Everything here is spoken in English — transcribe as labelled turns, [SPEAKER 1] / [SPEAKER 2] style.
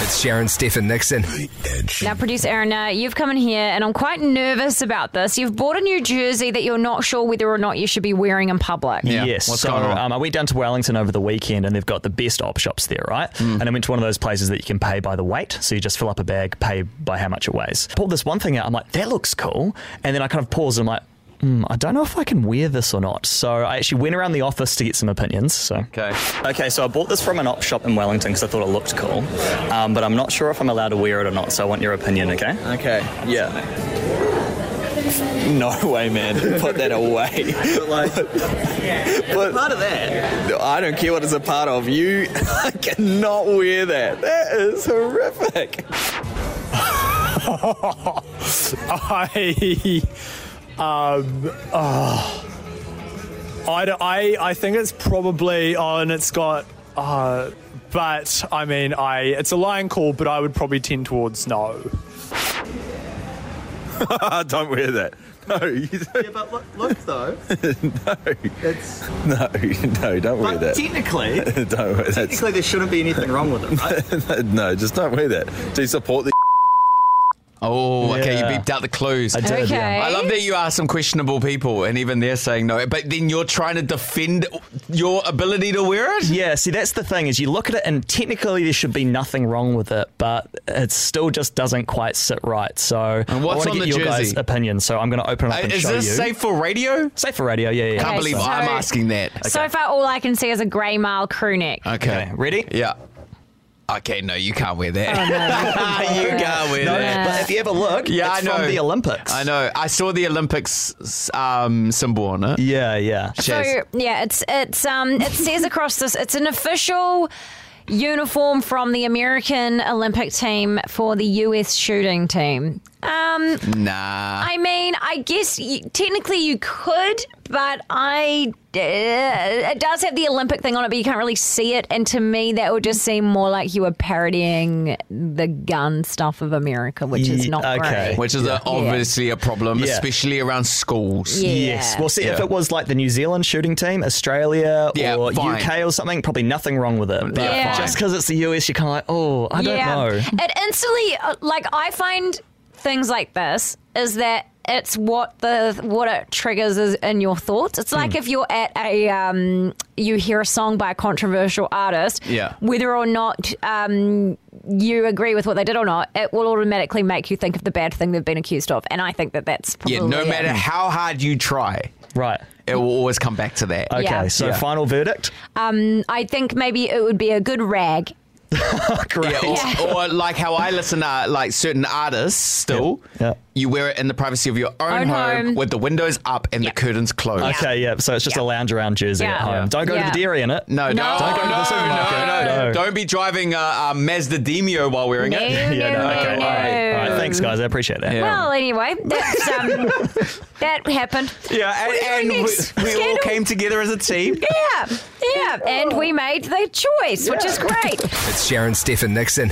[SPEAKER 1] It's Sharon Stephen Nixon.
[SPEAKER 2] Now, producer Aaron, uh, you've come in here, and I'm quite nervous about this. You've bought a new jersey that you're not sure whether or not you should be wearing in public.
[SPEAKER 3] Yeah.
[SPEAKER 4] Yes.
[SPEAKER 3] What's
[SPEAKER 4] so,
[SPEAKER 3] going on?
[SPEAKER 4] Um, I went down to Wellington over the weekend and they've got the best op shops there, right?
[SPEAKER 3] Hmm.
[SPEAKER 4] And I went to one of those places that you can pay by the weight. So you just fill up a bag, pay by how much it weighs. Pulled this one thing out. I'm like, that looks cool. And then I kind of paused and I'm like, hmm, I don't know if I can wear this or not. So I actually went around the office to get some opinions. So
[SPEAKER 3] Okay.
[SPEAKER 4] Okay, so I bought this from an op shop in Wellington because I thought it looked cool, um, but I'm not sure if I'm allowed to wear it or not. So I want your opinion, okay?
[SPEAKER 3] Okay. Yeah.
[SPEAKER 4] No way, man! Put that away.
[SPEAKER 3] But like, part of that. I don't care what it's a part of. You cannot wear that. That is horrific.
[SPEAKER 5] I, um, oh, I, d- I, I think it's probably on. It's got, uh, but I mean, I it's a line call, but I would probably tend towards no.
[SPEAKER 6] don't wear that. No, you don't.
[SPEAKER 3] Yeah, but look, look though. It's
[SPEAKER 6] no, no, don't wear that.
[SPEAKER 3] technically,
[SPEAKER 6] don't wear that.
[SPEAKER 3] there shouldn't be anything wrong with it, right?
[SPEAKER 6] no, just don't wear that. Do you support the?
[SPEAKER 7] Oh, okay.
[SPEAKER 4] Yeah.
[SPEAKER 7] You beeped out the clues. I
[SPEAKER 4] did,
[SPEAKER 2] Okay.
[SPEAKER 7] I love that you are some questionable people, and even they're saying no. But then you're trying to defend your ability to wear it.
[SPEAKER 4] Yeah, see, that's the thing is you look at it and technically there should be nothing wrong with it, but it still just doesn't quite sit right. So
[SPEAKER 7] And what's
[SPEAKER 4] I want to
[SPEAKER 7] on
[SPEAKER 4] get
[SPEAKER 7] the
[SPEAKER 4] your
[SPEAKER 7] jersey?
[SPEAKER 4] guys' opinion. So I'm going to open it up
[SPEAKER 7] Uh,
[SPEAKER 4] and
[SPEAKER 7] Is
[SPEAKER 4] show
[SPEAKER 7] this
[SPEAKER 4] you.
[SPEAKER 7] safe for radio?
[SPEAKER 4] Safe for radio? Yeah, yeah.
[SPEAKER 7] Can't
[SPEAKER 2] Okay,
[SPEAKER 7] believe
[SPEAKER 2] so-
[SPEAKER 7] I'm asking that.
[SPEAKER 2] So far, all I can see is a grey male crew neck.
[SPEAKER 7] Okay.
[SPEAKER 4] Okay, ready?
[SPEAKER 7] Yeah. Okay, no, you can't wear that.
[SPEAKER 2] Oh,
[SPEAKER 7] you
[SPEAKER 2] Yeah.
[SPEAKER 7] can't wear
[SPEAKER 4] No,
[SPEAKER 7] that.
[SPEAKER 4] but if you ever look,
[SPEAKER 7] Yeah,
[SPEAKER 4] it's
[SPEAKER 7] I know.
[SPEAKER 4] from the Olympics.
[SPEAKER 7] I know. I saw the Olympics s- um, symbol on it.
[SPEAKER 4] Yeah, yeah.
[SPEAKER 2] So
[SPEAKER 7] Cheers.
[SPEAKER 2] yeah, it's it's um it says across this it's an official uniform from the American Olympic team for the US shooting team. Um
[SPEAKER 7] nah.
[SPEAKER 2] I mean, I guess you, technically you could, but I uh, it does have the Olympic thing on it, but you can't really see it and to me that would just seem more like you were parodying the gun stuff of America, which is
[SPEAKER 4] Ye-
[SPEAKER 2] not
[SPEAKER 4] okay.
[SPEAKER 2] great.
[SPEAKER 7] Which is a, obviously a problem,
[SPEAKER 4] Yeah.
[SPEAKER 7] especially around schools.
[SPEAKER 2] Yeah.
[SPEAKER 4] Yes. Well, see, if
[SPEAKER 7] Yeah.
[SPEAKER 4] it was like the New Zealand shooting team, Australia
[SPEAKER 7] Yeah,
[SPEAKER 4] or
[SPEAKER 7] fine.
[SPEAKER 4] UK or something, probably nothing wrong with it. But
[SPEAKER 2] Yeah. fine.
[SPEAKER 4] just because it's the US, you're kind of like, oh, I don't know.
[SPEAKER 2] It instantly, uh, like, I find things like this is that it's what the what it triggers is in your thoughts. It's
[SPEAKER 7] Hmm.
[SPEAKER 2] like if you're at a um, you hear a song by a controversial artist,
[SPEAKER 7] Yeah.
[SPEAKER 2] whether or not um, you agree with what they did or not, it will automatically make you think of the bad thing they've been accused of. And I think that that's probably
[SPEAKER 7] Yeah, no
[SPEAKER 2] it.
[SPEAKER 7] matter how hard you try,
[SPEAKER 4] Right.
[SPEAKER 7] it will always come back to that.
[SPEAKER 4] Okay,
[SPEAKER 2] Yeah.
[SPEAKER 4] so
[SPEAKER 7] Yeah.
[SPEAKER 4] final verdict.
[SPEAKER 2] I think maybe it would be a good rag.
[SPEAKER 4] Great.
[SPEAKER 7] Yeah, or, or like how I listen to like certain artists still,
[SPEAKER 4] Yeah, yeah.
[SPEAKER 7] you wear it in the privacy of your own,
[SPEAKER 2] Own
[SPEAKER 7] home,
[SPEAKER 2] home.
[SPEAKER 7] with the windows up and the curtains closed.
[SPEAKER 4] Okay, yeah. So it's just
[SPEAKER 2] Yeah.
[SPEAKER 4] a lounge around jersey
[SPEAKER 2] Yeah.
[SPEAKER 4] at home.
[SPEAKER 2] Yeah.
[SPEAKER 4] Don't go
[SPEAKER 2] Yeah.
[SPEAKER 4] to the dairy in it.
[SPEAKER 7] No,
[SPEAKER 2] No.
[SPEAKER 7] don't,
[SPEAKER 2] Don't go to the
[SPEAKER 7] no,
[SPEAKER 4] supermarket.
[SPEAKER 7] No, no,
[SPEAKER 4] No.
[SPEAKER 7] Don't be driving a, a Mazda Demio while wearing
[SPEAKER 2] No,
[SPEAKER 7] it.
[SPEAKER 2] no,
[SPEAKER 4] Yeah, no,
[SPEAKER 2] no,
[SPEAKER 4] okay.
[SPEAKER 2] no.
[SPEAKER 4] All right. All right. Thanks, guys. I appreciate that.
[SPEAKER 2] Well, anyway, that's, um, that happened.
[SPEAKER 7] Yeah, and,
[SPEAKER 2] doing
[SPEAKER 7] and
[SPEAKER 2] next?
[SPEAKER 7] we, we all
[SPEAKER 2] Scandal?
[SPEAKER 7] came together as a team.
[SPEAKER 2] Yeah, yeah, and we made the choice, which is great.
[SPEAKER 1] It's Sharon Stephen Nixon.